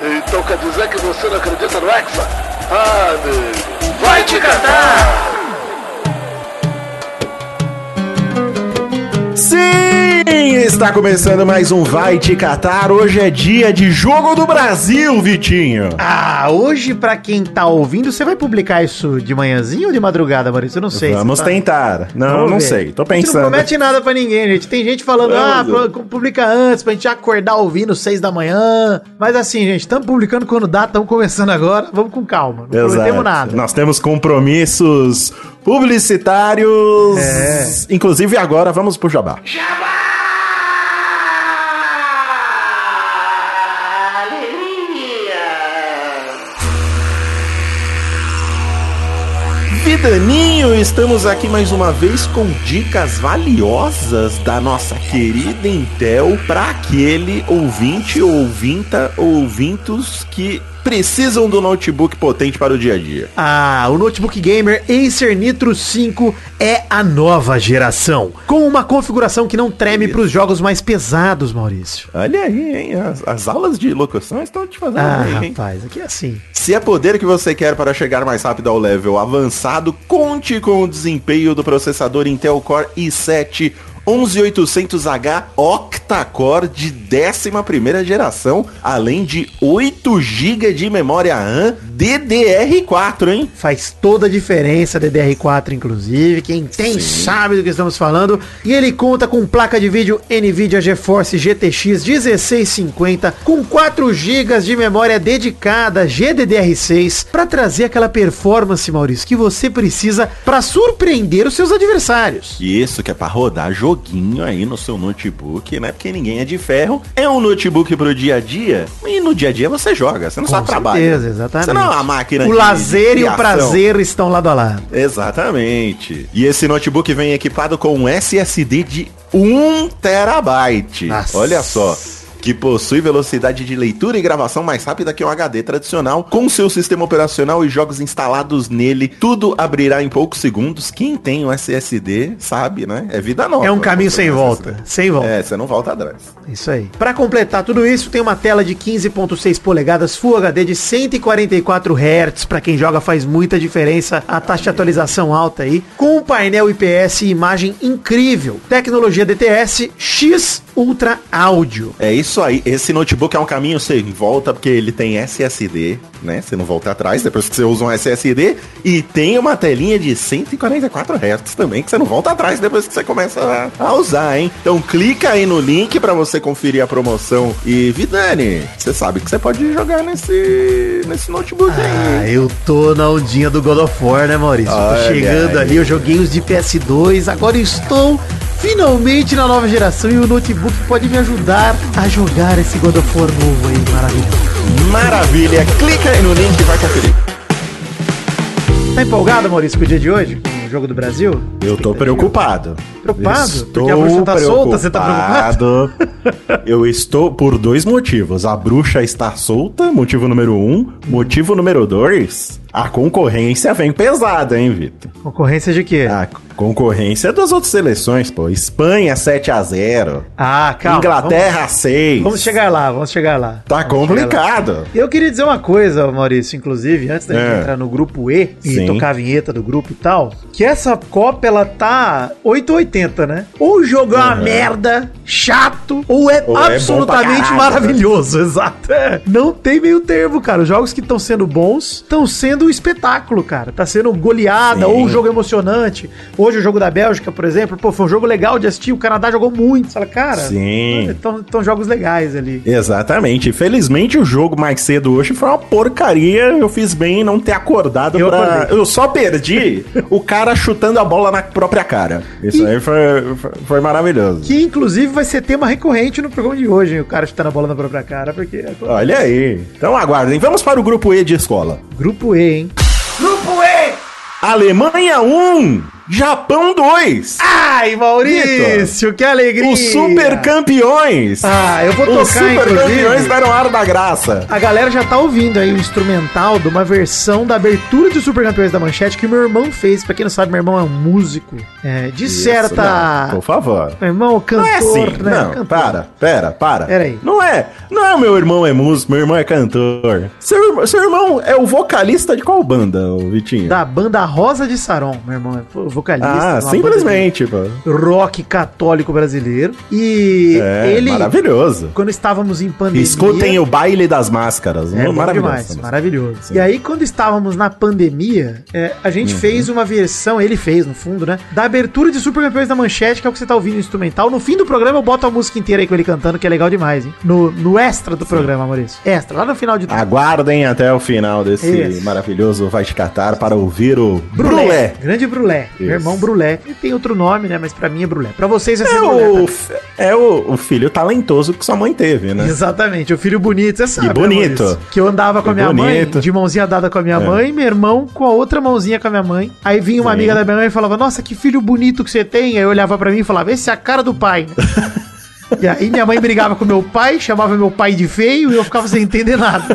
Então quer dizer que você não acredita no Hexa? Ah, amigo. Vai te catar! Sim, está começando mais um Vai Te Catar. Hoje é dia de Jogo do Brasil, Vitinho. Ah, hoje, pra quem tá ouvindo, você vai publicar isso de manhãzinho ou de madrugada, Maurício? Eu não sei. Vamos você tá- tentar. Não, Vamos não ver. sei. Tô A gente não pensando. promete nada pra ninguém, gente. Tem gente falando, Vamos ah, pro- publica antes pra gente acordar ouvindo seis da manhã. Mas assim, gente, estamos publicando quando dá, estamos começando agora. Vamos com calma. Não prometemos nada. Nós temos compromissos publicitários. É. Inclusive agora vamos pro Jabá. Vidaninho, estamos aqui mais uma vez com dicas valiosas da nossa querida Intel para aquele ouvinte, ouvinta, ouvintos que precisam do notebook potente para o dia a dia. Ah, o notebook gamer Acer Nitro 5 é a nova geração, com uma configuração que não treme pros jogos mais pesados, Maurício. Olha aí, hein? As, as aulas de locução estão te fazendo Ah, bem, hein? rapaz, aqui é assim. Se é poder que você quer para chegar mais rápido ao level avançado, conte com o desempenho do processador Intel Core i7 11800H octa-core de 11ª geração, além de 8 GB de memória RAM DDR4, hein? Faz toda a diferença, DDR4 inclusive, quem tem sabe do que estamos falando. E ele conta com placa de vídeo NVIDIA GeForce GTX 1650, com 4 GB de memória dedicada GDDR6, para trazer aquela performance, Maurício, que você precisa para surpreender os seus adversários. Isso que é pra rodar joguinho aí no seu notebook, né? Porque ninguém é de ferro. É um notebook pro dia a dia e no dia a dia você joga, você não só trabalha. exatamente. Você não é uma máquina o de- lazer de e o ação. prazer estão lado a lado. Exatamente. E esse notebook vem equipado com um SSD de 1 terabyte. Nossa. Olha só. Que possui velocidade de leitura e gravação mais rápida que um HD tradicional, com seu sistema operacional e jogos instalados nele. Tudo abrirá em poucos segundos. Quem tem um SSD sabe, né? É vida nova. É um caminho Você tem sem um volta, SSD. sem volta. É, você não volta atrás. Isso aí. Pra completar tudo isso, tem uma tela de 15.6 polegadas Full HD de 144 Hz. Pra quem joga faz muita diferença a taxa de atualização alta aí. Com um painel IPS e imagem incrível. Tecnologia DTS X Ultra Áudio. É isso aí. Esse notebook é um caminho sem volta, porque ele tem SSD, né? Você não volta atrás depois que você usa um SSD. E tem uma telinha de 144 Hz também, que você não volta atrás depois que você começa a, a usar, hein? Então clica aí no link pra você conferir a promoção. E, Vidani, você sabe que você pode jogar nesse, nesse notebook aí. hein? Ah, eu tô na ondinha do God of War, né, Maurício? Tô Olha chegando aí. ali, eu joguei os de PS2, agora estou finalmente na nova geração e o notebook pode me ajudar a jogar esse God of War novo aí, maravilhoso. Maravilha! Clica aí no link e vai conferir. Tá empolgado, Maurício, com o dia de hoje? Com o jogo do Brasil? Eu tô preocupado. Preocupado? Estou Porque a bruxa tá solta, você tá preocupado? Eu estou por dois motivos. A bruxa está solta, motivo número um. Motivo número dois, a concorrência vem pesada, hein, Vitor? Concorrência de quê? A concorrência é das outras seleções, pô. Espanha 7x0. Ah, Inglaterra Vamos, 6. vamos chegar lá, vamos chegar lá. Tá complicado. Eu queria dizer uma coisa, Maurício, inclusive, antes da É. gente entrar no grupo E e Sim. tocar a vinheta do grupo e tal, que essa Copa, ela tá 880, né? Ou o jogo é uma merda, chato, ou é Ou é bom pra absolutamente caralho, maravilhoso, exato. É. Não tem meio termo, cara. Os jogos que estão sendo bons estão sendo um espetáculo, cara. Tá sendo goleada, Sim. ou um jogo emocionante. Hoje o jogo da Bélgica, por exemplo, pô, foi um jogo legal de assistir, o Canadá jogou muito. Você fala, cara, Sim. estão jogos legais ali. Exatamente. Felizmente o jogo mais cedo hoje foi uma porcaria. Eu fiz bem em não ter acordado Eu pra- acordei. Eu só perdi o cara chutando a bola na própria cara. Isso E- aí foi, foi- foi maravilhoso. Que inclusive vai ser tema recorrente no programa de hoje, hein? O cara chutando a bola na própria cara, porque. é Olha aí. Então aguardem. Vamos para o grupo E de escola. Grupo E, hein? Alemanha 1, Japão 2. Ai, Maurício, que alegria! Os super campeões. Ah, eu vou tocar, Os super inclusive. campeões deram ar da graça. A galera já tá ouvindo aí o instrumental de uma versão da abertura de Super Campeões da Manchete que meu irmão fez. Pra quem não sabe, meu irmão é um músico. É, de certa. Isso, não, por favor. Meu irmão, cantor, Não é assim, né? não, Cantor. para, pera, para. Pera aí. Não é, não é o meu irmão é músico, meu irmão é cantor. Seu, irmão- seu irmão é o vocalista de qual banda, ô Vitinho? Da banda Rosa de Saron, meu irmão. é Vocalista. ah, uma simplesmente, pô. banda de Rock católico brasileiro. E É, ele, maravilhoso. quando estávamos em pandemia. Escutem o baile das máscaras. É, bom maravilhoso. demais, maravilhoso. Sim. Uhum. E aí, quando estávamos na pandemia, é, a gente fez uma versão, ele fez, no fundo, né? Da abertura de Super Campeões da Manchete, que é o que você tá ouvindo instrumental. No fim do programa, eu boto a música inteira aí com ele cantando, que é legal demais, hein? No, no extra do programa, Maurício. Extra, lá no final de Ah, tudo. Aguardem até o final desse Isso. maravilhoso Vai Te Catar para ouvir o Brulé. Grande Brulé. Meu Isso. irmão Brulé. Ele tem outro nome, né? Mas pra mim é Brulé. Pra vocês é É, ser Brulé. o, é o, o filho talentoso que sua mãe teve, né? Exatamente, o filho bonito, você sabe. né, bonito. Maurício? que eu andava com a E minha mãe, bonito. É. de mãozinha dada com a minha mãe, meu irmão com a outra mãozinha com a minha mãe. Aí vinha uma Sim. amiga da minha mãe e falava: Nossa, que filho bonito que você tem. Aí eu olhava pra mim e falava: Esse é a cara do pai. né? e aí minha mãe brigava com meu pai, chamava meu pai de feio e eu ficava sem entender nada.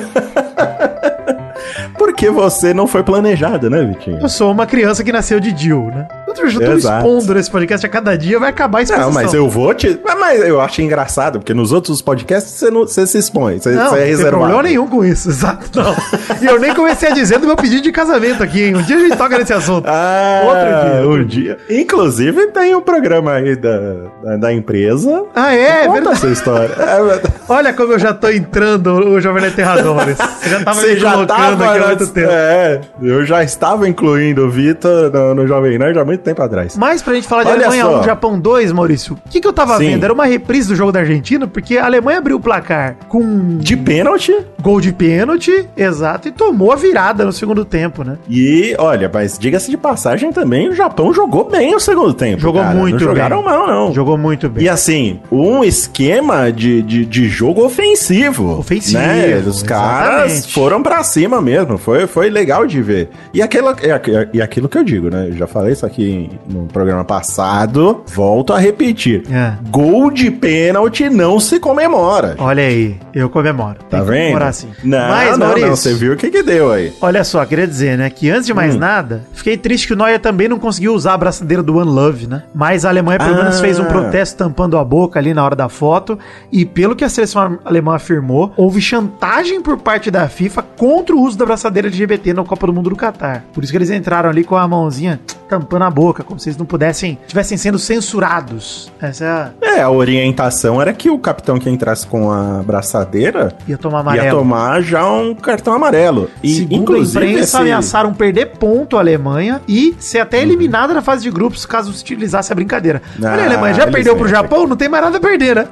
Porque você não foi planejado, né, Vitinho? Eu sou uma criança que nasceu de Jill, né? Eu tô, eu tô Exato. expondo nesse podcast a cada dia, vai acabar a exposição. Não, mas eu vou te. Mas, mas eu acho engraçado, porque nos outros podcasts você, não, você se expõe, você, Não, você é não tem reservado. problema nenhum com isso, exato. Não. E eu nem comecei a dizer do meu pedido de casamento aqui, hein? Um dia a gente toca nesse assunto. Ah, Outro dia, outro outro dia. Inclusive, tem um programa aí da, da, da empresa. Ah, é? Conta verdade. essa história. É verdade. Olha como eu já tô entrando, o Jovem Nerd tem razão, Maurício. Você já tava Você me já colocando tava. aqui há antes- muito tempo. É, eu já estava incluindo o Vitor no, no Jovem Nerd há muito tempo atrás. Mas pra gente falar de Olha Alemanha só. 1, Japão 2, Maurício, o que, que eu tava Sim. vendo? Era uma reprise do jogo da Argentina, porque a Alemanha abriu o placar com um De pênalti. gol de pênalti, exato, e tomou a virada no segundo tempo, né? E, olha, mas diga-se de passagem também, o Japão jogou bem o segundo tempo. Jogou cara. muito não jogaram bem. mal, não. Jogou muito bem. E assim, um esquema de, de, de jogo ofensivo. Ofensivo, Né? Os caras exatamente. foram pra cima mesmo. Foi, foi legal de ver. E aquilo, e aqu- e aquilo que eu digo, né? Eu já falei isso aqui em- no programa passado. Volto a repetir: É. gol de pênalti não se comemora. Olha aí, eu comemoro. Tem Tá que vendo? comemorar sim. Não, Mas, não, Maurício, não. Você viu o que, que deu aí. Olha só, queria dizer, né, que antes de mais nada, fiquei triste que o Neuer também não conseguiu usar a braçadeira do One Love, né? Mas a Alemanha pelo Ah. menos fez um protesto tampando a boca ali na hora da foto, e pelo que a seleção alemã afirmou, houve chantagem por parte da FIFA contra o uso da braçadeira LGBT na Copa do Mundo do Catar. Por isso que eles entraram ali com a mãozinha tampando a boca, como se eles não pudessem, estivessem sendo censurados. Essa é a... É, a orientação era que o capitão que entrasse com a braçadeira ia tomar amarelo. ia tomar já um cartão amarelo. E, Segundo inclusive, a imprensa, esse- Uhum. ameaçaram perder ponto a Alemanha e ser até eliminada na fase de grupos caso utilizasse a brincadeira. Ah, Olha, a Alemanha já eles perdeu pro mentem. Japão, não tem mais nada a perder, né?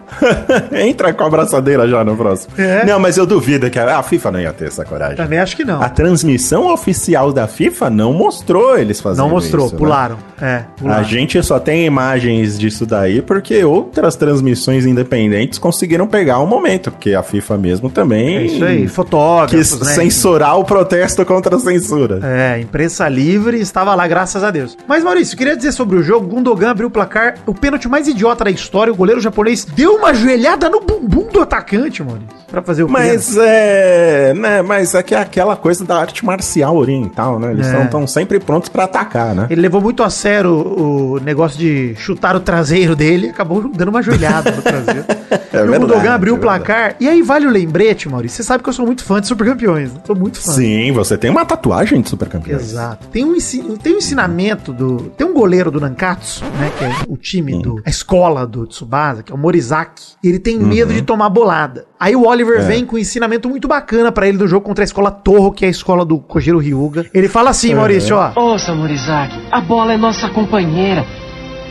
Entra com a abraçadeira já no próximo. É. Não, mas eu duvido que a, a FIFA não ia ter essa coragem. Também acho que não. A transmissão oficial da FIFA não mostrou eles fazendo Não mostrou, isso, né? pularam. É, A pularam. gente só tem imagens disso daí porque outras transmissões independentes conseguiram pegar o momento, porque a FIFA mesmo também É isso aí, quis fotógrafos, né? censurar o protesto contra a censura. É, imprensa livre, estava lá, graças a Deus. Mas, Maurício, queria dizer sobre o jogo: Gundogan abriu o placar, o pênalti mais idiota da história. O goleiro japonês deu uma joelhada no bumbum do atacante, Maurício, pra fazer o pênalti. Mas é, né, mas é que é aquela coisa da arte marcial oriental, né? Eles É. estão sempre prontos pra atacar, né? Ele levou muito a sério o, o negócio de chutar o traseiro dele e acabou dando uma joelhada no traseiro. É e o verdade, Gundogan abriu é o placar. E aí vale o lembrete, Maurício. Você sabe que eu sou muito fã de super campeões. Né? Sou muito fã. Sim, você tem uma tatuagem de supercampeão. Exato. Tem um, ensi- tem um ensinamento do. Tem um goleiro do Nankatsu, né? Que é o time do. A escola do Tsubasa, que é o Morizaki. Ele tem Uhum. medo de tomar bolada. Aí o É. Oliver vem com um ensinamento muito bacana pra ele do jogo contra a escola Torro, que é a escola do Kojiro Ryuga. Ele fala É. assim, Maurício, ó. Ouça, Morizaki, a bola é nossa companheira.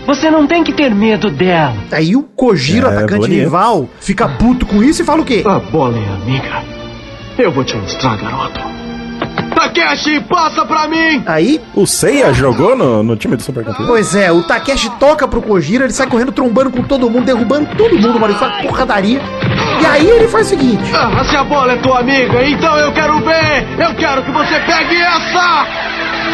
Você não tem que ter medo dela. Aí o Kojiro, É, atacante bonito. rival, fica puto com isso e fala o quê? A bola é amiga. Eu vou te mostrar, garoto. Takeshi, passa pra mim! Aí, O Seiya jogou no, no time do supercampeão? pois é, o Takeshi toca pro Kojiro, ele sai correndo trombando com todo mundo, derrubando todo mundo, mano, isso é uma porradaria. E aí ele faz o seguinte, Ah, se a bola é tua amiga, então eu quero ver! Eu quero que você pegue essa!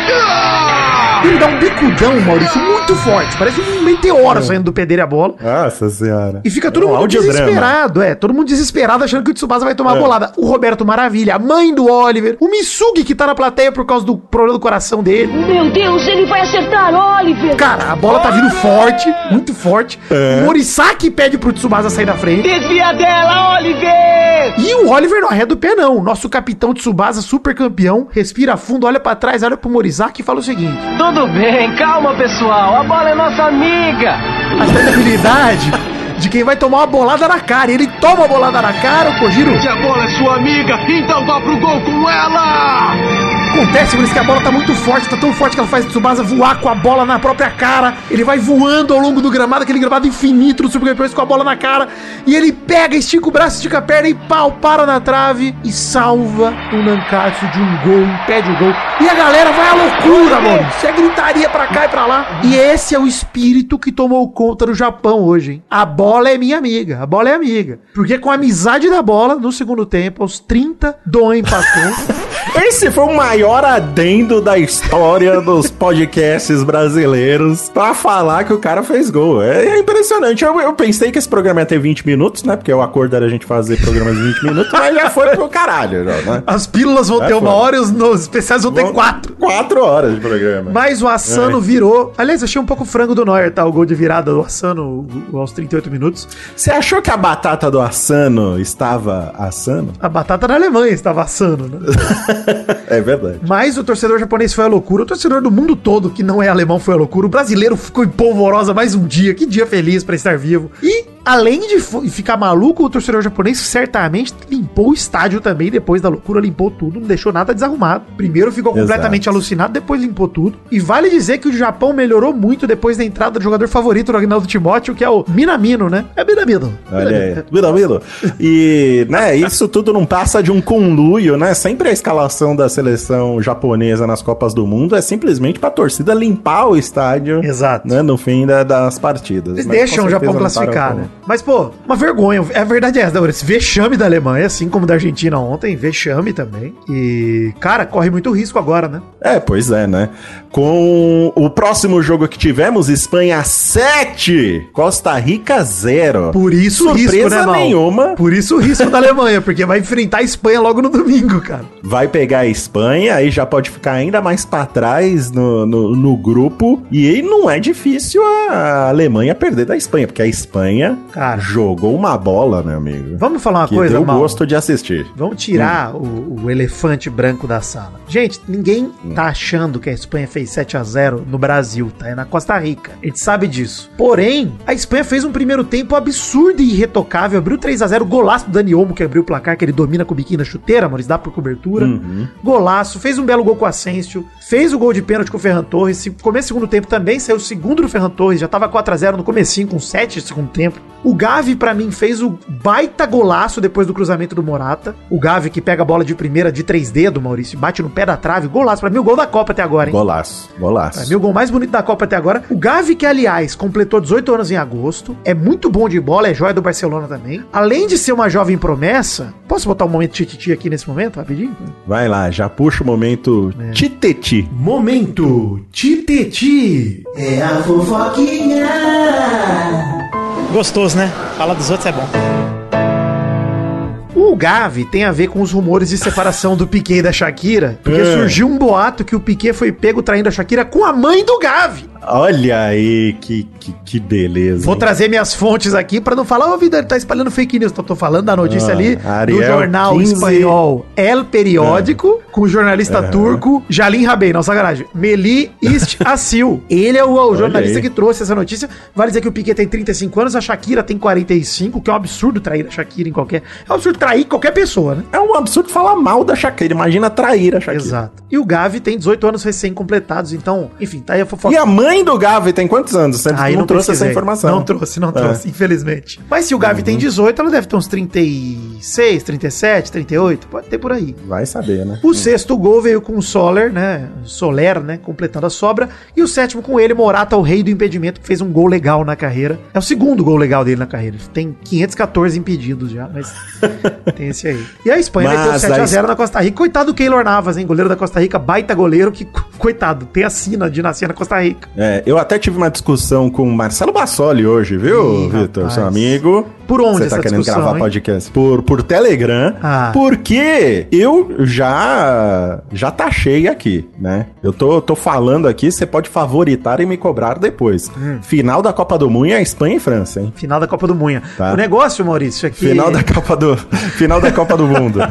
Ah! Ele dá um bicudão, Maurício, muito forte. Parece um meteoro saindo do pedreiro e a bola. Nossa senhora. E fica todo É um mundo audiodrama. É. desesperado, é. Todo mundo desesperado achando que o Tsubasa vai tomar a bolada. O Roberto Maravilha, a mãe do Oliver, o Misugi que tá na plateia por causa do problema do coração dele. Meu Deus, ele vai acertar Oliver! Cara, a bola tá vindo forte, muito forte. O Morisaki pede pro Tsubasa sair da frente. Desvia dela, Oliver! E o Oliver não arreda o pé, não. Nosso capitão Tsubasa, super campeão, respira fundo, olha pra trás, olha pro Morisaki e fala o seguinte. Tudo bem, calma pessoal, a bola é nossa amiga! a credibilidade de quem vai tomar uma bolada na cara. E ele toma a bolada na cara, o Kojiro Se a bola é sua amiga, então vá pro gol com ela! acontece, por isso que a bola tá muito forte, tá tão forte que ela faz o Tsubasa voar com a bola na própria cara. Ele vai voando ao longo do gramado, aquele gramado infinito do Supercampeões com a bola na cara. E ele pega, estica o braço, estica a perna e pau, para na trave e salva o Nankatsu de um gol, impede o gol. E a galera vai à loucura, mano. Isso é gritaria pra cá e pra lá. E esse é o espírito que tomou conta do Japão hoje, hein? A bola é minha amiga, a bola é amiga. Porque com a amizade da bola, no segundo tempo, aos 30, Don empatou. Esse foi o maior adendo da história dos podcasts brasileiros pra falar que o cara fez gol. É, é impressionante. Eu, eu pensei que esse programa ia ter 20 minutos, né? Porque o acordo era a gente fazer programas de 20 minutos, mas já foi pro caralho, já, né? As pílulas vão É ter uma foda. hora e os, os especiais vão ter Vão- quatro. Quatro horas de programa. Mas o É. Assano virou. Aliás, achei um pouco frango do Neuer, tá? O gol de virada do Assano o- aos 38 minutos. Você achou que a batata do Assano estava assando? A batata da Alemanha estava assando, né? É verdade. Mas o torcedor japonês foi a loucura. O torcedor do mundo todo que não é alemão foi a loucura. O brasileiro ficou em polvorosa mais um dia. Que dia feliz pra estar vivo. E, além de fo- ficar maluco, o torcedor japonês certamente limpou o estádio também depois da loucura. Limpou tudo, não deixou nada desarrumado. Primeiro ficou Exato. completamente alucinado, depois limpou tudo. E vale dizer que o Japão melhorou muito depois da entrada do jogador favorito do Agnaldo Timóteo, que é o Minamino, né? É Minamino. Olha aí. Milo, Milo. E, né, isso tudo não passa de um conluio, né? Sempre a escalação da seleção japonesa nas Copas do Mundo é simplesmente pra torcida limpar o estádio, Exato. né, no fim da- das partidas. Eles Mas, deixam com certeza, o Japão não param classificar, com- né? Mas, pô, uma vergonha. É verdade é essa, Daura. Esse vexame da Alemanha, assim como da Argentina ontem, vexame também. E, cara, corre muito risco agora, né? É, pois é, né? Com o próximo jogo que tivemos, Espanha 7, Costa Rica 0. Por isso o risco, Surpresa né, Mal? nenhuma. Por isso o risco da Alemanha, porque vai enfrentar a Espanha logo no domingo, cara. vai pegar a Espanha, aí já pode ficar ainda mais pra trás no, no, no grupo. E aí não é difícil a Alemanha perder da Espanha, porque a Espanha Cara. jogou uma bola, meu amigo. Vamos falar uma que coisa, deu Mal? gosto de assistir. Vamos tirar o, o elefante branco da sala. Gente, ninguém tá achando que a Espanha fez 7 a 0 no Brasil, tá? É na Costa Rica. A gente sabe disso. Porém, a Espanha fez um primeiro tempo absurdo e irretocável. Abriu 3 a 0 golaço do Dani Olmo, que abriu o placar, que ele domina com o biquinho na chuteira, Maurício, dá por cobertura. Golaço, fez um belo gol com o Asensio, fez o gol de pênalti com o Ferran Torres. Se- Começo do segundo tempo também, saiu o segundo do Ferran Torres, já tava 4 a 0 no comecinho, com 7 de segundo tempo. O Gavi, pra mim, fez o baita golaço depois do cruzamento do Morata. O Gavi que pega a bola de primeira de três dedos, Maurício, bate no pé da trave. Golaço, pra mim, o gol da Copa até agora, hein? É, Golaço, golaço. Pra mim, o gol mais bonito da Copa até agora. O Gavi, que, aliás, completou 18 anos em agosto. É muito bom de bola, é joia do Barcelona também. Além de ser uma jovem promessa. Posso botar um momento tititi aqui nesse momento, rapidinho? Vai lá, já puxa o momento É. titeti. Momento Titeti. Gostoso, né? Falar dos outros é bom. O Gavi tem a ver com os rumores de separação do Piquet e da Shakira, porque É. surgiu um boato que o Piquet foi pego traindo a Shakira com a mãe do Gavi. Olha aí, que, que, que beleza. Vou hein? trazer minhas fontes aqui pra não falar, ô vida, ele tá espalhando fake news. Então, tô falando da notícia Ah, ali do Ariel É. jornal 15. espanhol El Periódico, com o jornalista turco Jalim Rabei, não, sacanagem, Meli Ist Asil. Ele é o, o jornalista aí. que trouxe essa notícia. Vale dizer que o Piquet tem 35 anos, a Shakira tem 45, que é um absurdo trair a Shakira em qualquer... É um absurdo trair qualquer pessoa, né? É um absurdo falar mal da Shakira, imagina trair a Shakira. Exato. E o Gavi tem 18 anos recém-completados, então, enfim, tá aí a fofoca. E a mãe do Gavi tem quantos anos? Você Aí não, trouxe pesquisei. essa informação. Não trouxe, não É. Uhum. trouxe, infelizmente. Mas se o Gavi tem 18, ela deve ter uns 36, 37, 38, pode ter por aí. Vai saber, né? O sexto gol veio com o Soler, né? Soler, né? Completando a sobra. E o sétimo com ele, Morata, o rei do impedimento, que fez um gol legal na carreira. É o segundo gol legal dele na carreira. Ele Tem 514 impedidos já, mas tem esse aí. E a Espanha Mas meteu a 7x0 na Costa Rica. Coitado do Keylor Navas, hein? Goleiro da Costa Costa Rica, baita goleiro, que, coitado, tem a sina de nascer na Costa Rica. É, eu até tive uma discussão com o Marcelo Bassoli hoje, viu, Ih, Vitor? rapaz. Seu amigo. Por onde Você tá essa querendo discussão, gravar hein? podcast? Por, por Telegram. Ah. Porque eu já já taxei aqui, né? Eu tô, tô falando aqui, você pode favoritar e me cobrar depois. Hum. Final da Copa do Mundo é Espanha e França, hein? Final da Copa do Munha. Tá. O negócio, Maurício, é que... Final da Copa do final da Copa do Mundo. eu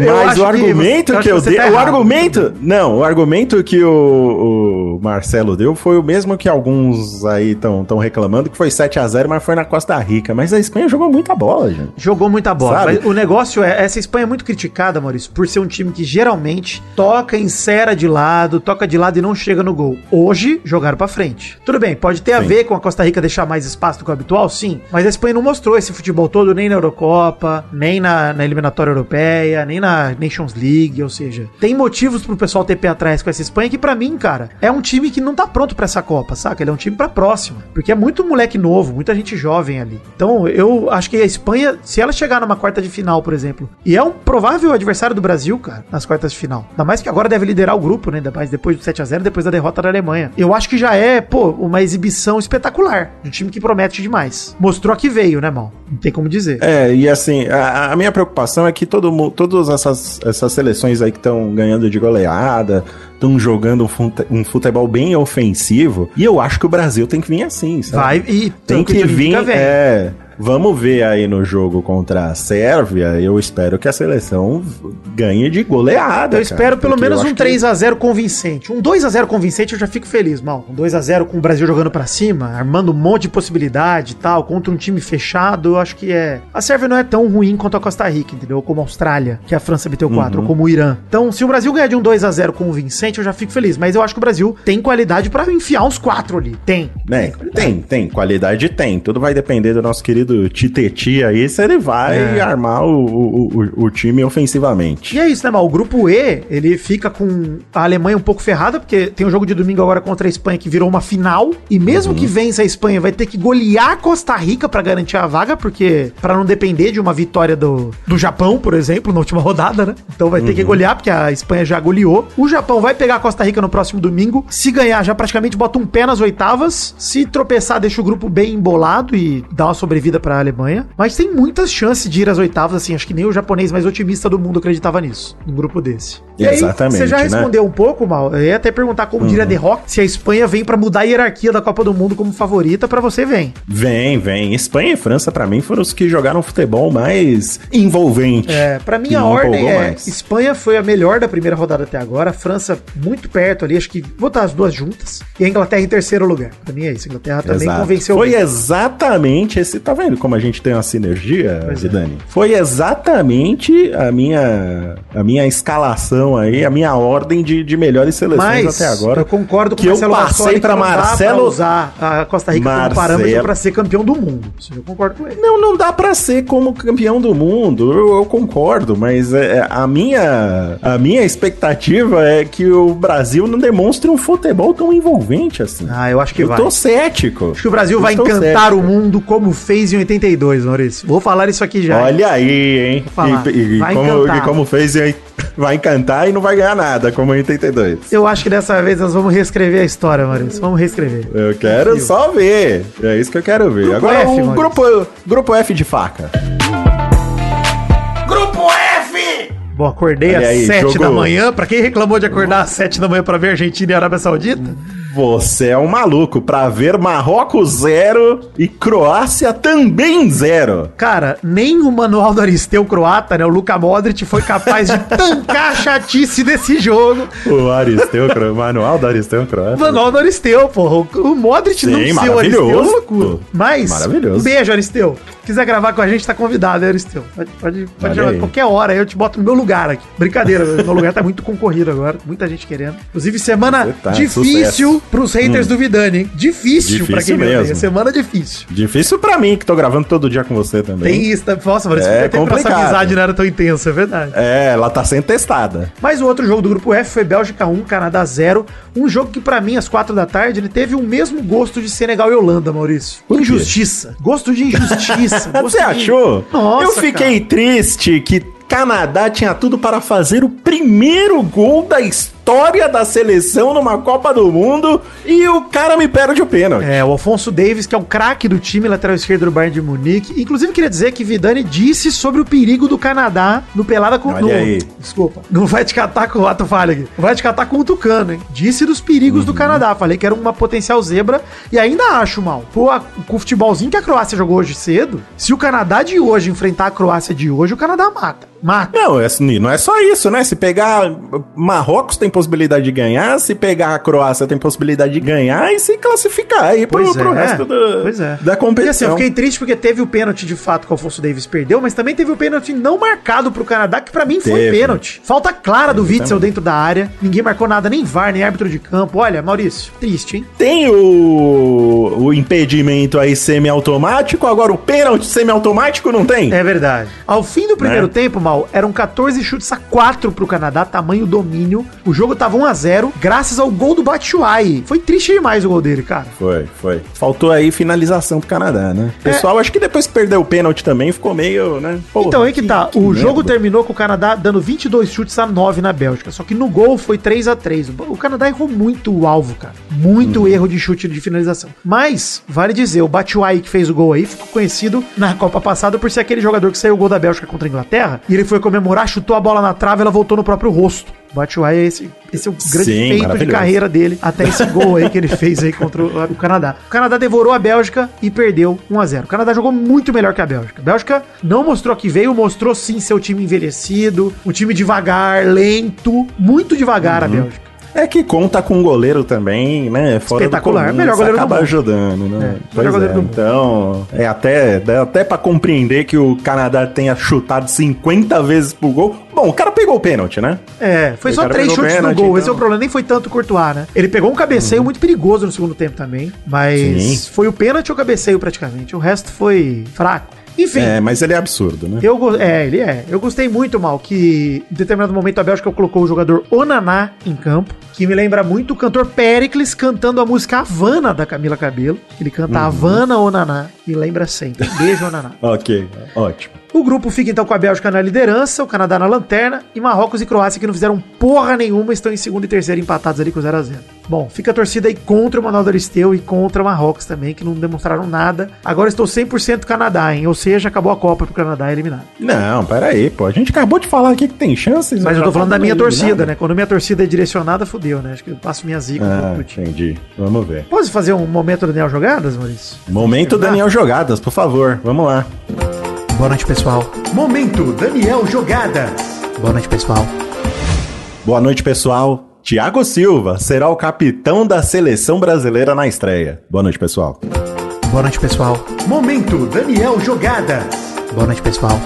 Mas acho o que argumento você- eu que, acho eu que você dei, tá o errado. argumento, não, o argumento que o, o Marcelo deu foi o mesmo que alguns aí estão tão reclamando que foi 7 a 0, mas foi na Costa Rica, mas a Espanha jogou muita bola, gente. Jogou muita bola. Sabe? Mas o negócio é, essa Espanha é muito criticada, Maurício, por ser um time que geralmente toca em cera de lado, toca de lado e não chega no gol. Hoje, jogaram pra frente. Tudo bem, pode ter a Sim. ver com a Costa Rica deixar mais espaço do que o habitual, sim. Mas a Espanha não mostrou esse futebol todo nem na Eurocopa, nem na, na eliminatória europeia, nem na Nations League, ou seja, tem motivos pro pessoal ter pé atrás com essa Espanha que pra mim, cara, é um time que não tá pronto pra essa Copa, saca? Ele é um time pra próxima, porque é muito moleque novo, muita gente jovem ali. Então, eu acho que a Espanha, se ela chegar numa quarta de final, por exemplo, e é um provável adversário do Brasil, cara, nas quartas de final. Ainda mais que agora deve liderar o grupo, né? Ainda mais depois do 7 a 0 depois da derrota da Alemanha. Eu acho que já é, pô, uma exibição espetacular de um time que promete demais. Mostrou que veio, né, mal? Não tem como dizer. É, e assim, a, a minha preocupação é que todo mu- todas essas, essas seleções aí que estão ganhando de goleada, estão jogando um fute- um futebol bem ofensivo, e eu acho que o Brasil tem que vir assim, sabe? Vai e Tem que vir. Fica velho. É, vamos ver aí no jogo contra a Sérvia. Eu espero que a seleção ganhe de goleada. É, cara, Eu espero pelo porque menos eu um acho que- 3 a 0 convincente. Um 2 a 0 convincente eu já fico feliz, mal. Um 2 a 0 com o Brasil jogando pra cima, armando um monte de possibilidade e tal, contra um time fechado, eu acho que é. A Sérvia não é tão ruim quanto a Costa Rica, entendeu? Ou Como a Austrália, que a França meteu Uhum. 4, ou como o Irã. Então, se o Brasil ganhar de um 2 a 0 convincente, eu já fico feliz, mas eu acho que o Brasil tem qualidade pra enfiar uns 4 ali. Tem. Né? Tem, tem. Qualidade tem. Tudo vai depender do nosso querido Titeti aí, se ele vai armar o, o, o- o time ofensivamente. É. E é isso, né, Mal? O grupo E, ele fica com a Alemanha um pouco ferrada, porque tem um jogo de domingo agora contra a Espanha que virou uma final. E mesmo que vença a Espanha, vai ter que golear a Costa Rica pra garantir a vaga, porque para não depender de uma vitória do, do Japão, por exemplo, na última rodada, né? Então vai ter que golear, porque a Espanha já goleou. O Japão vai pegar a Costa Rica no próximo domingo. Se ganhar, já praticamente bota um pé nas oitavas. Se tropeçar, deixa o grupo bem embolado e dá uma sobrevida pra Alemanha. Mas tem muitas chances de ir às oitavas, assim. Acho que nem o japonês mais otimista do mundo acreditava nisso, num grupo desse. E aí, Exatamente, Você já né? Uhum. respondeu um pouco, Mal. Eu ia até perguntar como diria The Rock se a Espanha vem pra mudar a hierarquia da Copa do Mundo como favorita pra você, vem. Vem, vem. Espanha e França, pra mim, foram os que jogaram futebol mais envolvente. É, pra mim Que a me ordem empolgou é: mais. Espanha foi a melhor da primeira rodada até agora, a França muito perto ali, acho que vou botar as duas juntas, e a Inglaterra em terceiro lugar. Pra mim é isso, a Inglaterra também Exato. convenceu Foi bem. exatamente esse. Tá vendo como a gente tem uma sinergia, Pois é. Zidane? Foi exatamente a minha, a minha escalação aí, a minha ordem de, de melhores seleções Mas até agora. eu concordo com que eu Bassoli passei que pra não dá Marcelo- usar a Costa Rica como Marcelo- parâmetro pra ser campeão do mundo. Isso eu concordo com ele. Não, não dá pra ser como campeão do mundo, eu, eu concordo, mas é, a, minha, a minha expectativa é que o Brasil não demonstre um futebol tão envolvente assim. Ah, eu acho que eu vai. tô cético. Acho que o Brasil Eu vai tô encantar cético. o mundo como fez em 82, Maurício. Vou falar isso aqui já. Olha aí, hein? falar. E, e- e Vai como, encantar. e como fez, hein? vai encantar e não vai ganhar nada, como em 82. Eu acho que dessa vez nós vamos reescrever a história, Maurício. Vamos reescrever. Eu quero só ver. É isso que eu quero ver. Agora F, o Maurício. grupo, grupo F de faca. Bom, acordei Olha às aí, 7 jogou. da manhã. Pra quem reclamou de acordar às 7 da manhã pra ver Argentina e Arábia Saudita, Você é um maluco pra ver Marrocos zero e Croácia também zero. cara, nem o manual do Aristeu Croata, né? O Luka Modric foi capaz de tancar a chatice desse jogo. O Aristeu, o manual do Aristeu é Croácia. O Manual Tá do Aristeu, porra. O- O Modric Sim, não precisa ser o maravilhoso, Aristeu, é loucura. pô. Mas, Maravilhoso. um beijo, Aristeu. Se quiser gravar com a gente, tá convidado, hein, Aristeu. Pode, pode, pode Olha chamar aí. qualquer hora, eu te boto no meu lugar aqui. Brincadeira, meu lugar tá muito concorrido agora, muita gente querendo. Inclusive, semana Você tá, difícil sucesso. Hum. pros haters do Vidani, hein? Difícil, pra quem Difícil me odeia. mesmo. Semana difícil. Difícil pra mim, que tô gravando todo dia com você também. Tem isso, tá? Nossa, mano, É é tempo que nossa complicado. amizade não era tão intensa, é verdade. É, ela tá sendo testada. Mas o outro jogo do grupo F foi Bélgica 1, Canadá 0. Um jogo que, pra mim, às 4 da tarde, ele teve o mesmo gosto de Senegal e Holanda, Maurício. Por quê? injustiça. Gosto de injustiça. gosto Você de- achou? Tá assim. Nossa, eu fiquei triste que Canadá tinha tudo para fazer o primeiro gol da história da seleção numa Copa do Mundo e o cara me perde o pênalti. É, o Alfonso Davis, que é o craque do time lateral esquerdo do Bayern de Munique. Inclusive, queria dizer que Vidani disse sobre o perigo do Canadá no Pelada com Olha no- aí. Desculpa. Não vai te catar com o Ato Falig. Vai te catar com o Tucano, hein? Disse dos perigos Uhum. do Canadá. Falei que era uma potencial zebra e ainda acho mal. Pô, a- com o futebolzinho que a Croácia jogou hoje cedo, se o Canadá de hoje enfrentar a Croácia de hoje, o Canadá mata. Mata. Não, é assim, não é só isso, né? Se pegar Marrocos tem possibilidade de ganhar, se pegar a Croácia tem possibilidade de ganhar e se classificar aí pro, pro resto do- é. pois da é. E assim, eu competição. fiquei triste porque teve o pênalti de fato que o Alfonso Davis perdeu, mas também teve o pênalti não marcado pro Canadá, que pra mim foi Teve. pênalti. Falta clara do Witzel também. dentro da área. Ninguém marcou nada, nem VAR, nem árbitro de campo. Olha, Maurício, triste, hein? Tem o, o impedimento aí semiautomático, agora o pênalti semiautomático não tem? É verdade. Ao fim do primeiro Né? tempo, Mal, eram 14 chutes a 4 pro Canadá, tamanho domínio. O jogo tava 1 a 0 graças ao gol do Batshuayi. Foi triste demais o gol dele, cara. Foi, foi. Faltou aí finalização pro Canadá, né? É. O pessoal, acho que depois que perdeu o pênalti também ficou meio, né? Porra, então, aí que tá. o merda. jogo terminou com o Canadá dando 22 chutes a 9 na Bélgica. Só que no gol foi 3 a 3 O Canadá errou muito o alvo, cara. Muito Uhum. erro de chute de finalização. Mas, vale dizer, o Batshuayi que fez o gol aí ficou conhecido na Copa passada por ser aquele jogador que saiu o gol da Bélgica contra a Inglaterra. E ele foi comemorar, chutou a bola na trave ela voltou no próprio rosto. O Batshuayi é esse, esse é o grande Sim, feito de maravilhoso. carreira dele até esse gol aí que ele fez aí contra o, o Canadá. O Canadá devorou a Bélgica e perdeu 1 a 0. O Canadá jogou muito melhor que a Bélgica. A Bélgica não mostrou que veio, mostrou sim seu time envelhecido, um time devagar, lento, muito devagar a Bélgica. É que conta com um goleiro também, né? Fora do Espetacular, comum, melhor isso goleiro do acaba mundo. ajudando, né? É, melhor goleiro do mundo. Então, é até, dá até pra compreender que o Canadá tenha chutado 50 vezes pro gol. Bom, o cara pegou o pênalti, né? É, foi O só cara três pegou chutes no pênalti, gol. Esse é então. Uhum. o problema, nem foi tanto o Courtois, né? Ele pegou um cabeceio muito perigoso no segundo tempo também, mas Sim. foi o pênalti ou o cabeceio praticamente. O resto foi fraco. Enfim, É, mas ele é absurdo, né? Eu, go- é, ele é. Eu gostei muito, Mal, que em determinado momento a Bélgica colocou o jogador Onaná em campo, que me lembra muito o cantor Pericles cantando a música Havana da Camila Cabelo. Ele canta Havana Onaná e lembra sempre. Beijo, Onaná. Ok, ótimo. O grupo fica então com a Bélgica na liderança, o Canadá na lanterna e Marrocos e Croácia que não fizeram porra nenhuma estão em segundo e terceiro empatados ali com 0 a 0 Bom, fica a torcida aí contra o Manuel Doristeu e contra o Marrocos também, que não demonstraram nada. Agora estou 100% Canadá, hein? Ou seja, acabou a Copa pro Canadá eliminado. Não, peraí, pô. A gente acabou de falar aqui que tem chances. Mas né? eu tô Já falando tá da minha eliminado. torcida, né? Quando minha torcida é direcionada, fudeu, né? Acho que eu passo minha zica um Ah, pouco do time. entendi. Vamos ver. Posso fazer um momento Daniel Jogadas, Maurício? Momento Daniel Jogadas, por favor. Vamos lá. Boa noite, pessoal. Momento Daniel Jogadas. Boa noite, pessoal. Boa noite, pessoal. Tiago Silva será o capitão da seleção brasileira na estreia. Boa noite, pessoal. Boa noite, pessoal. Momento Daniel Jogadas. Boa noite, pessoal.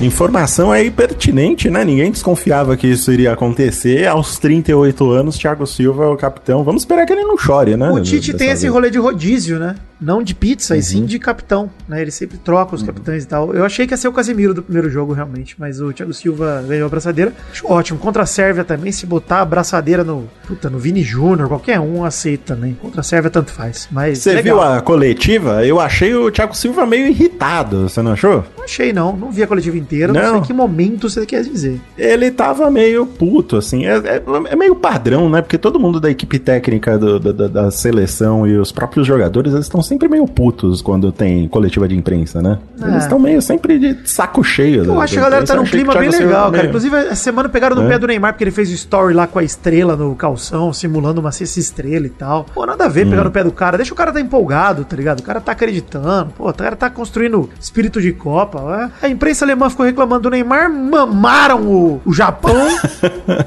Informação aí pertinente, né? Ninguém desconfiava que isso iria acontecer. Aos 38 anos, Thiago Silva é o capitão. Vamos esperar que ele não chore, né? O Tite Dessa tem esse vez. Uhum. rolê de rodízio, né? Não de pizza, e sim de capitão, né? Ele sempre troca os capitães e tal. Eu achei que ia ser o Casemiro do primeiro jogo, realmente, mas o Thiago Silva ganhou a abraçadeira. Acho ótimo. Contra a Sérvia também, se botar a abraçadeira no, puta, no Vini Júnior, qualquer um aceita também. Contra a Sérvia, tanto faz. Mas Você viu a coletiva? Eu achei o Thiago Silva meio irritado, você não achou? Não achei, não. Não vi a coletiva inteira, não, Não. sei que momento você quer dizer. ele tava meio puto, assim. É, é- é meio padrão, né? Porque todo mundo da equipe técnica do- do- da- da seleção e os próprios jogadores, eles estão sempre meio putos quando tem coletiva de imprensa, né? Eles estão meio sempre de saco cheio. É. Eu da- acho da que a galera imprensa. tá num Achei que clima o bem Thiago Silva legal, cara. meio- Inclusive, essa semana pegaram no É. pé do Neymar, porque ele fez o story lá com a estrela no calção, simulando uma cesta estrela e tal. Pô, nada a ver Hum. pegar no pé do cara. Deixa o cara tá empolgado, tá ligado? O cara tá acreditando. Pô, o cara tá construindo espírito de Copa. né? A imprensa alemã ficou reclamando do Neymar, mamaram o, o Japão.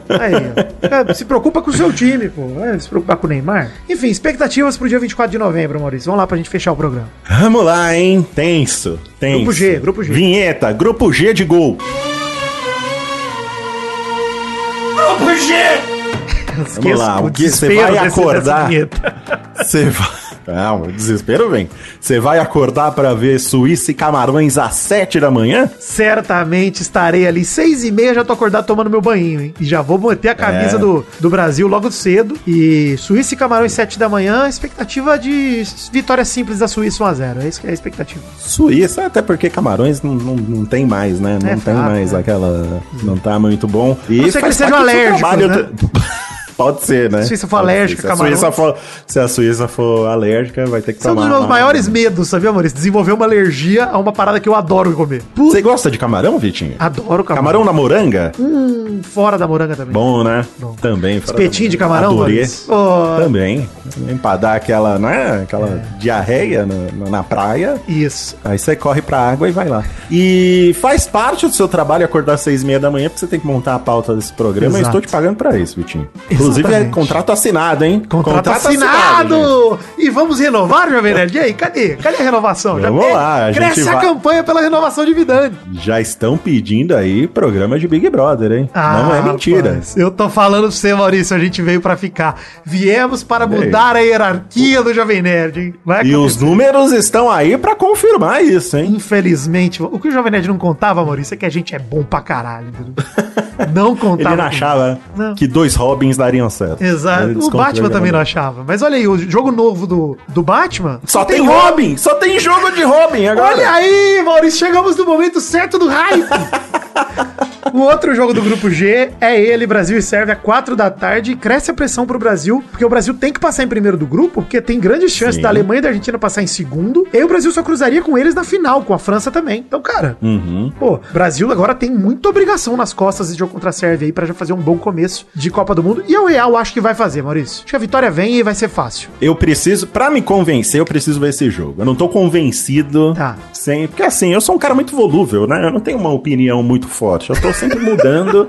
Aí, ó. Cara, se preocupa com o seu time, pô. Vai se preocupar com o Neymar. Enfim, expectativas pro dia 24 de novembro, Maurício. Vamos lá pra gente fechar o programa. Vamos lá, hein? Tenso, tenso. Grupo G, grupo G. Vinheta, grupo G de gol. Vamos lá, o que você vai Desespero desse- dessa acordar? vinheta. Você vai. Calma, o desespero vem. Você vai acordar pra ver Suíça e Camarões às 7 da manhã? Certamente estarei ali. Seis e meia já tô acordado tomando meu banho, hein? E já vou manter a camisa É. do, do Brasil logo cedo. E Suíça e Camarões, sete da manhã. Expectativa de vitória simples da Suíça 1x0. É isso que é a expectativa. Suíça, até porque Camarões não, não, não tem mais, né? Não É tem fraco, mais né? aquela. Não tá muito bom. E não ser que faz eles sejam parte do seu alérgicos, né? Pode ser, né? Se a Suíça for Pode ser. alérgica, se a Camarões. Suíça for, Se a Suíça for alérgica, vai ter que São um tomar. dos lá. meus maiores medos, sabia, Maurício? Desenvolver uma alergia a uma parada que eu adoro comer. Puta, Você gosta de camarão, Vitinho? adoro camarão. Camarão na moranga? Fora da moranga também. Bom, né? Bom. Também. fora Espetinho da- de camarão, Adorei. Boris? Ô. Também. Empadar aquela, né? Aquela É. diarreia na- na- na praia. Isso. Aí você corre pra água e vai lá. E faz parte do seu trabalho acordar às seis e meia da manhã, porque você tem que montar a pauta desse programa. Eu Exato. estou te pagando pra isso, Vitinho. Inclusive, é Exatamente. contrato assinado, hein? Contrato, assinado! e vamos renovar, Jovem Nerd? E aí, cadê? Cadê a renovação? Vamos pe- lá, a gente Cresce a vai- campanha pela renovação de Vidani. gente. Já estão pedindo aí programa de Big Brother, hein? Não é mentira. Ah, rapaz, eu tô falando pra você, Maurício, a gente veio pra ficar. Viemos para Olha aí. mudar a hierarquia do Jovem Nerd, hein? é Vai E os acontecer. números estão aí pra confirmar isso, hein? Infelizmente, o que o Jovem Nerd não contava, Maurício, é que a gente é bom pra caralho, entendeu? Não contava. Ele não com achava Não. que dois Robins dariam certo. Ele Exato. O desconfiou Batman que também era não achava. Mas olha aí, o jogo novo do, do Batman. Só tem um. Robin! Só tem jogo de Robin agora! Olha aí, Maurício, chegamos no momento certo do hype. O outro jogo do grupo G é ele, Brasil e Sérvia, 4 da tarde. Cresce a pressão pro Brasil, porque o Brasil tem que passar em primeiro do grupo, porque tem grandes chances Sim. da Alemanha e da Argentina passar em segundo. E aí o Brasil só cruzaria com eles na final, com a França também. Então, cara, Uhum. Pô, Brasil agora tem muita obrigação nas costas esse jogo contra a Sérvia aí pra já fazer um bom começo de Copa do Mundo. E é o Real acho que vai fazer, Maurício. Acho que a vitória vem e vai ser fácil. Eu preciso, pra me convencer, eu preciso ver esse jogo. Eu não tô convencido. Tá. Sem, porque assim, eu sou um cara muito volúvel, né? Eu não tenho uma opinião muito forte. Eu tô sempre mudando.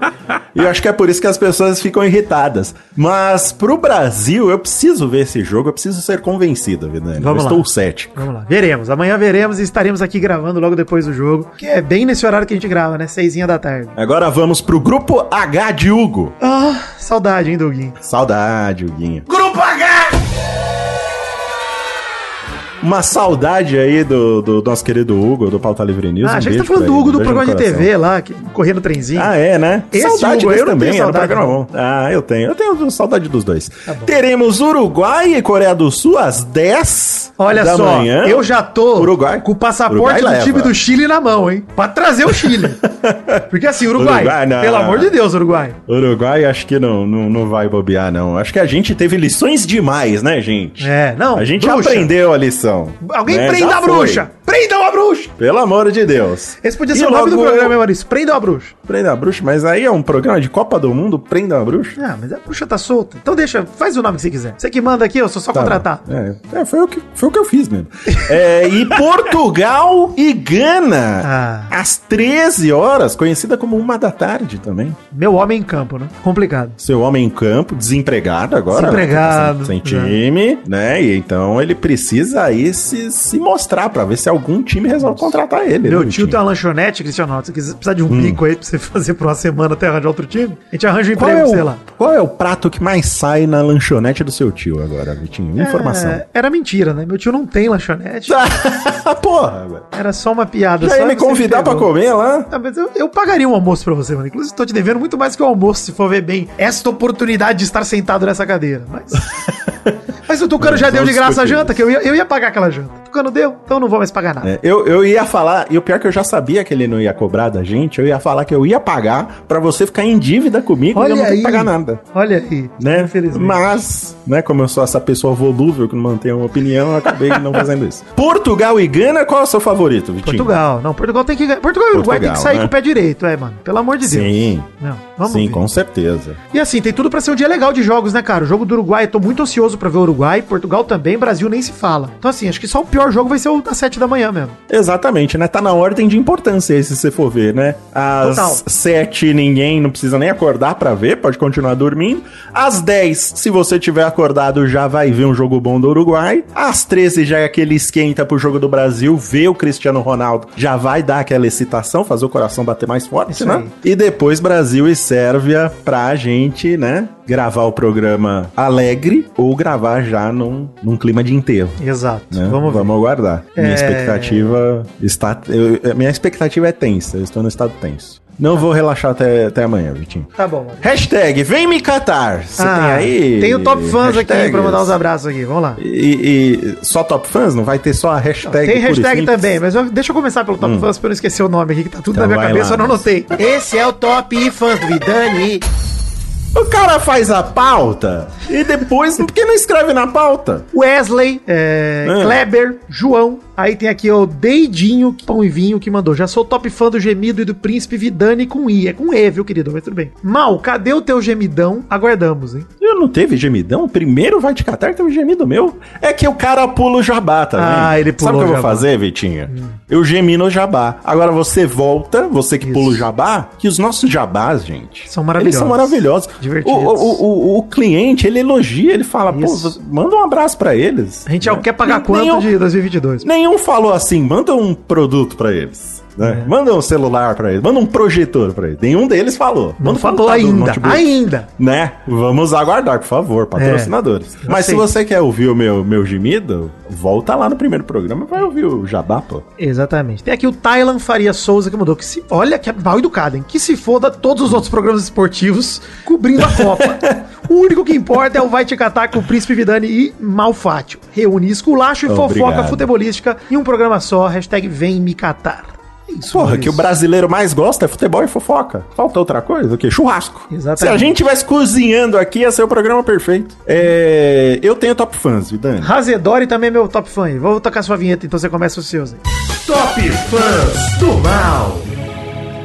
e eu acho que é por isso que as pessoas ficam irritadas. Mas pro Brasil, eu preciso ver esse jogo, eu preciso ser convencido, Vidani. Vamos eu lá. estou cético. Vamos lá, veremos. Amanhã veremos e estaremos aqui gravando logo depois do jogo, que é bem nesse horário que a gente grava, né? Seisinha da tarde. Agora vamos pro grupo H de Hugo. Ah, saudade, hein, Doguinho? Saudade, Huguinho. Grupo H! Uma saudade aí do, do nosso querido Hugo, do Pauta Livre News. Ah, Um já que beijo você tá falando pra do ele, Hugo um beijo do no programa de coração. TV lá, que corria no trenzinho. Ah, é, né? Esse saudade desse Hugo, eu não também, tenho era um saudade, programa não. Tá bom. Ah, eu tenho. Eu tenho saudade dos dois. Teremos Uruguai e Coreia do Sul às 10 Olha da só, manhã. eu já tô Uruguai. com o Uruguai passaporte leva. do time do Chile na mão, hein? Pra trazer o Chile. Porque assim, Uruguai, Uruguai, não. pelo amor de Deus, Uruguai. Uruguai acho que não, não, não vai bobear, não. Acho que a gente teve lições demais, né, gente? É, não, A gente bruxa. aprendeu a lição. Alguém né? prenda Já a bruxa! foi. Prendam a bruxa! Pelo amor de Deus. Esse podia E ser um o nome do logo- programa, hein, Maurício? Prendam a bruxa. é Prenda a bruxa, mas aí é um programa de Copa do Mundo, prenda a bruxa. Ah, mas a bruxa tá solta. Então deixa, faz o nome que você quiser. Você que manda aqui, eu sou só Tá. contratar. É, é, foi, o que, foi o que eu fiz mesmo. É, e Portugal e Gana, Ah. às 13 horas, conhecida como uma da tarde também. Meu homem em campo, né? Complicado. Seu homem em campo, desempregado agora. né? Desempregado, Sem, sem é. time, né? E então ele precisa aí se, se mostrar pra ver se algum time resolve contratar ele. Meu né, tio tá Vitinho? tem uma lanchonete, Cristiano. Se você quiser- precisar de um Hum. bico aí pra você fazer por uma semana até arranjar outro time, a gente arranja um Qual emprego, é, sei lá. o, qual é o prato que mais sai na lanchonete do seu tio agora, Vitinho? Informação. Ah, É, era mentira, né? Meu tio não tem lanchonete. Porra, velho. Era só uma piada. Já só ia me que você convidar pra pegou. comer lá? Ah, mas eu, eu pagaria um almoço pra você, mano. Inclusive, tô te devendo muito mais que o almoço, se for ver bem esta oportunidade de estar sentado nessa cadeira. Mas. mas o Tucano Não, um já deu vamos de graça a discutir janta, que eu ia, eu ia pagar aquela janta. O Tucano deu, então eu não vou mais pagar nada. É, eu, eu ia falar, e o pior é que eu já sabia que ele não ia cobrar da gente, eu ia falar que eu ia pagar pra você ficar em dívida comigo e eu não ter que pagar nada. Olha aí. Né? Infelizmente. Mas, né, como eu sou essa pessoa volúvel que não mantém uma opinião, eu acabei não fazendo isso. Portugal e Gana, qual é o seu favorito, Vitinho? Portugal. Não, Portugal tem que ganhar. Portugal e Uruguai tem que Portugal, sair né? com o pé direito, é, mano. Pelo amor de Deus. Sim, Não, vamos sim, ver. com certeza. E assim, tem tudo pra ser um dia legal de jogos, né, cara? O jogo do Uruguai, eu tô muito ansioso pra ver o Uruguai, Portugal também, Brasil nem se fala. Então assim, acho que só o pior jogo vai ser o das 7 da manhã mesmo. Exatamente, né? Tá na ordem de importância esse, se você for ver, né? Às Total. sete, ninguém não precisa nem acordar pra ver, pode continuar dormindo. Às 10, se você tiver acordado, já vai ver um jogo bom do Uruguai. Às 13, já é aquele esquenta pro jogo do Brasil, vê o Cristiano Ronaldo, já vai dar aquela excitação, fazer o coração bater mais forte, Isso né? E depois Brasil e Sérvia pra gente, né? gravar o programa alegre ou gravar já num, num clima de enterro. Exato. né? Vamos ver. aguardar. É. Minha expectativa está. eu- minha expectativa é tensa. Eu estou no estado tenso. Não vou relaxar até, até amanhã, Vitinho. Tá bom. Maurício. Hashtag Vem Me Catar. Você tem Ah, aí? Tem o top fãs aqui hashtags? pra mandar uns abraços aqui. Vamos lá. E, e só top fãs? Não vai ter só a hashtag? Tem pura e hashtag simples? Hum. também, mas eu- deixa eu começar pelo Top Fãs pra eu não esquecer o nome aqui, que tá tudo Então na minha vai cabeça, lá. eu não anotei. Esse é o Top Fãs do Vidani. O cara faz a pauta e depois. Por que não escreve na pauta? Wesley, é, Ah. Kleber, João. Aí tem aqui o Deidinho, Pão e Vinho, que mandou. Já sou top fã do gemido e do príncipe Vidani com I. É com E, viu, querido? Mas tudo bem. Mal, cadê o teu gemidão? Aguardamos, hein? Eu não teve gemidão? Primeiro vai te catar que teve gemido meu. É que o cara pula o jabá, tá vendo? Ah, ele pulou Sabe o que eu vou o jabá. Hum. fazer, Vitinha? Eu gemi no jabá. Agora você volta, você que Isso. pula o jabá, que os nossos jabás, gente. São Eles são maravilhosos. maravilhosos. Divertidos. O, o, o, o cliente, ele elogia, ele fala, pô, Isso. você- manda um abraço pra eles. A gente já Né? quer pagar Nem- quanto nenhum- de 2022? Nenhum falou assim, manda um produto pra eles. É. Né? Manda um celular pra eles, manda um projetor pra eles. Nenhum deles falou. Não Manda um falou computador, um ainda. notebook. Ainda. Né? Vamos aguardar, por favor, patrocinadores. eu Mas se sei. você quer ouvir o meu, meu gemido, volta lá no primeiro programa e vai ouvir o Jabá, pô. Exatamente. Tem aqui o Thailan Faria Souza que mandou. Que se, olha que é mal educado, hein? Que se foda todos os outros programas esportivos cobrindo a Copa. o único que importa é o Vai Te Catar com o Príncipe Vidani e Malfátio. Reúne esculacho e fofoca Obrigado. futebolística em um programa só. Hashtag Vem Me Catar. É Isso, Porra, que Maurício. o brasileiro mais gosta é futebol e fofoca. Falta outra coisa? O quê? Churrasco. Exatamente. Se a gente tivesse cozinhando aqui, ia ser o programa perfeito. É, Eu tenho top fãs, Vidani. Razedori também é meu top fã. hein? Vou tocar sua vinheta, então você começa os seus. Aí. Top fãs do mal.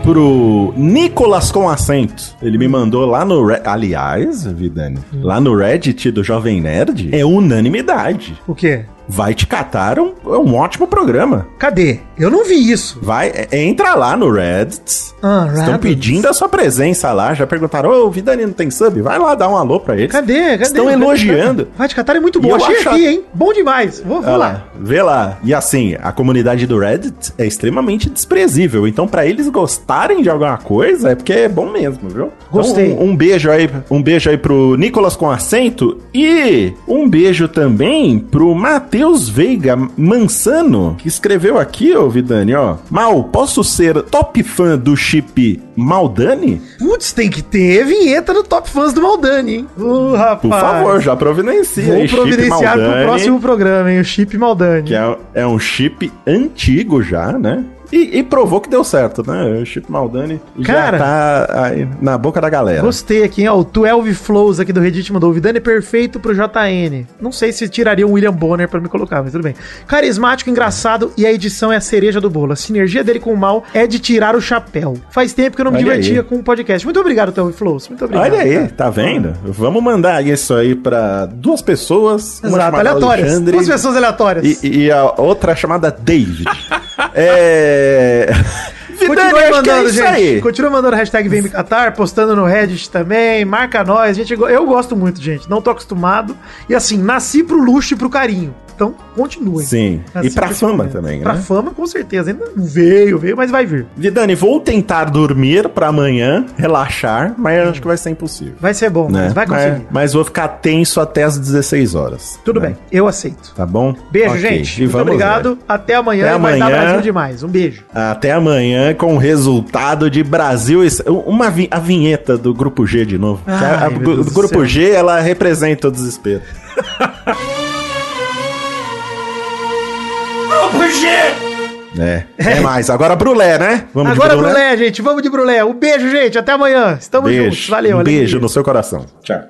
Pro Nicolas com acento. Ele me mandou lá no. Re- Aliás, Vidani, lá no Reddit do Jovem Nerd é unanimidade. O quê? Vai te catar é um, é um ótimo programa. Cadê? Eu não vi isso. Vai, é- entra lá no Reddit. Ah, Estão Reddit. pedindo a sua presença lá. Já perguntaram, ô, Vidani não tem sub? Vai lá dar um alô pra eles. Cadê? Cadê? Estão elogiando. Vai Te Catar é muito E bom. eu Achei acho- aqui, hein? Bom demais. Vou, vou Olha lá. lá, vê lá. E assim, a comunidade do Reddit é extremamente desprezível. Então, pra eles gostarem de alguma coisa, é porque é bom mesmo, viu? Então, Gostei. um, um beijo aí, um beijo aí pro Nicolas com acento e um beijo também pro Matheus Veiga Mansano, que escreveu aqui, ô Vidani, ó. Mal, posso ser top fã do chip Maldani? Putz, tem que ter vinheta do Top Fãs do Maldani, hein? Ô, rapaz. Por favor, já providencia Vou aí, chip providenciar pro Maldani. próximo programa, hein? O Chip Maldani. Que é, é um chip antigo já, né? E, e provou que deu certo, né? O chip Maldani Cara. já tá aí na boca da galera. Gostei aqui, hein? Ó, o 12 Flows aqui do Reddit mandou. O Vidani é perfeito pro JN. Não sei se tiraria o William Bonner pra me colocar, mas tudo bem. Carismático, engraçado e a edição é a cereja do bolo. A sinergia dele com o mal é de tirar o chapéu. Faz tempo que eu não me Olha divertia aí. com o podcast. Muito obrigado, 12 Flows. Muito obrigado. Olha aí, cara. tá vendo? Vamos mandar isso aí pra duas pessoas. uma Exato, chamada aleatórias. Alexandre Duas pessoas aleatórias. E, e a outra chamada David. é. Vidani, Continua acho que é mandando, isso gente. aí. Continua mandando hashtag Vem Me Catar, postando no Reddit também, marca nós. Gente, go- eu gosto muito, gente. Não tô acostumado. E assim, nasci pro luxo e pro carinho. Então, continuem. Sim. Nasci e pra pra esse fama momento. também, Pra né? fama, com certeza. Ainda não veio, veio, mas vai vir. Vidani, vou tentar dormir pra amanhã, relaxar, mas acho que vai ser impossível. Hum. Vai ser bom, né? mas vai conseguir. Mas, mas vou ficar tenso até as 16 horas. Tudo né? bem, eu aceito. Tá bom? Beijo, Ok, gente. E Muito vamos obrigado. lá. Até amanhã. Até Vai dar amanhã. Brasil demais. Um beijo. Até amanhã com o resultado de Brasil. e- Uma vi- a vinheta do Grupo G de novo. Ai, Que a- a- meu do- Deus do do Grupo céu. G, ela representa o desespero. Grupo G! É. É mais. Agora Brulé, né? Vamos de Agora, Brulé, gente. Vamos de Brulé. Um beijo, gente. Até amanhã. Estamos Beijo. juntos. Valeu. um alegria. beijo no seu coração. Tchau.